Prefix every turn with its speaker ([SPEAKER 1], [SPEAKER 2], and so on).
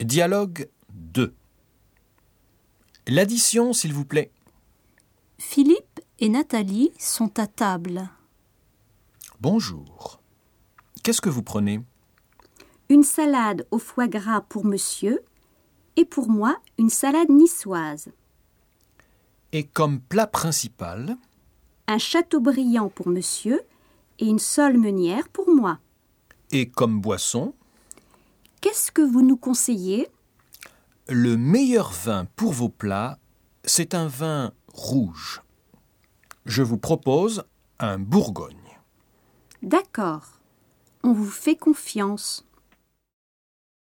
[SPEAKER 1] Dialogue 2 L'addition, s'il vous plaît.
[SPEAKER 2] Philippe et Nathalie sont à table.
[SPEAKER 1] Bonjour. Qu'est-ce que vous prenez
[SPEAKER 2] Une salade au foie gras pour monsieur et pour moi une salade niçoise.
[SPEAKER 1] Et comme plat principal
[SPEAKER 2] Un châteaubriand pour monsieur et une sole meunière pour moi.
[SPEAKER 1] et comme boisson,
[SPEAKER 2] Qu'est-ce que vous nous conseillez
[SPEAKER 1] le meilleur vin pour vos plats, c'est un vin rouge. Je vous propose un Bourgogne.
[SPEAKER 2] D'accord. On vous fait confiance.